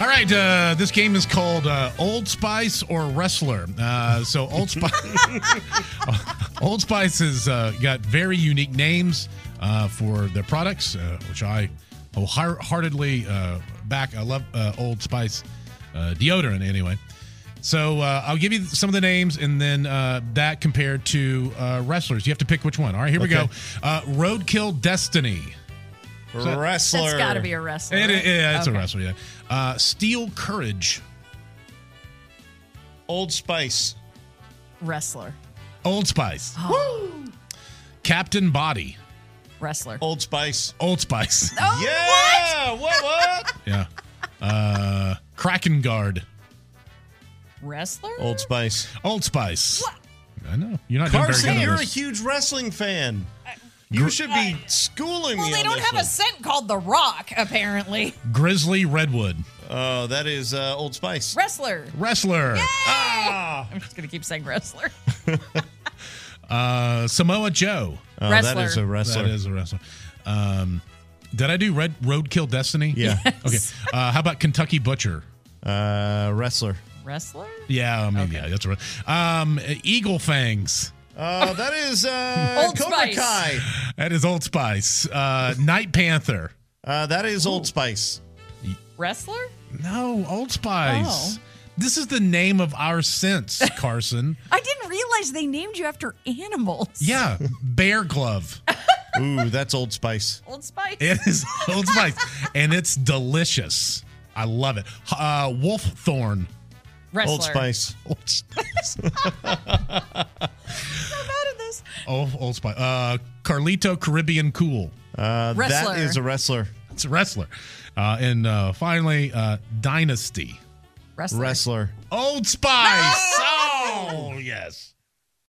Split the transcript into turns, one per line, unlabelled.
All right, uh, this game is called uh, Old Spice or Wrestler. Uh, so Old Spice, Old Spice has uh, got very unique names uh, for their products, uh, which I wholeheartedly uh, back. I love uh, Old Spice uh, deodorant anyway. So uh, I'll give you some of the names, and then uh, that compared to uh, wrestlers. You have to pick which one. All right, here we go.
Okay.
Uh, Roadkill Destiny.
Wrestler.
That's got to be a wrestler.
It- it- yeah, it's
Okay.
a wrestler. Yeah. Uh, Steel Courage.
Old Spice.
Wrestler.
Old Spice.
Oh.
Captain Body.
Wrestler.
Old Spice.
Old Spice.
Oh,
Oh, yeah. What? What?
yeah. Uh, Kraken Guard.
Wrestler?
Old Spice.
Old Spice. I know. You're not doing
Carson,
very good
you're
on
a
this.
huge wrestling fan. You should be schooling
Well,
me.
they
on
don't
this
have
one.
a scent called The Rock, apparently.
Grizzly Redwood.
Oh, that is uh, Old Spice.
Wrestler.
Wrestler.
Ah,
I'm just going to keep saying wrestler.
Uh, Samoa Joe.
oh,
Wrestler.
that is a wrestler.
That is a wrestler. Um, did I do Red Roadkill Destiny?
Yeah.
Okay. Uh, how about Kentucky Butcher?
uh, wrestler.
Wrestler?
Yeah, I mean, yeah, that's right. Um, Eagle Fangs.
Uh, that is uh,
Old
Cobra
Spice.
Kai.
That is Old Spice. Uh, Night Panther.
Uh, that is Old Spice.
Wrestler?
No, Old Spice. This is the name of our sense, Carson.
I didn't realize they named you after animals.
yeah, Bear Glove.
Ooh, that's Old Spice.
Old Spice?
It is Old Spice, and it's delicious. I love it. Uh, Wolf Thorn.
wrestler.
Old Spice.
Old Spice.
Out of this.
Oh, Old Spice. Uh, Carlito Caribbean Cool.
Uh,
Wrestler.
That is a wrestler.
It's a wrestler. Uh, and uh, finally, uh, Dynasty.
Wrestler.
Wrestler.
Old Spice. Oh, yes.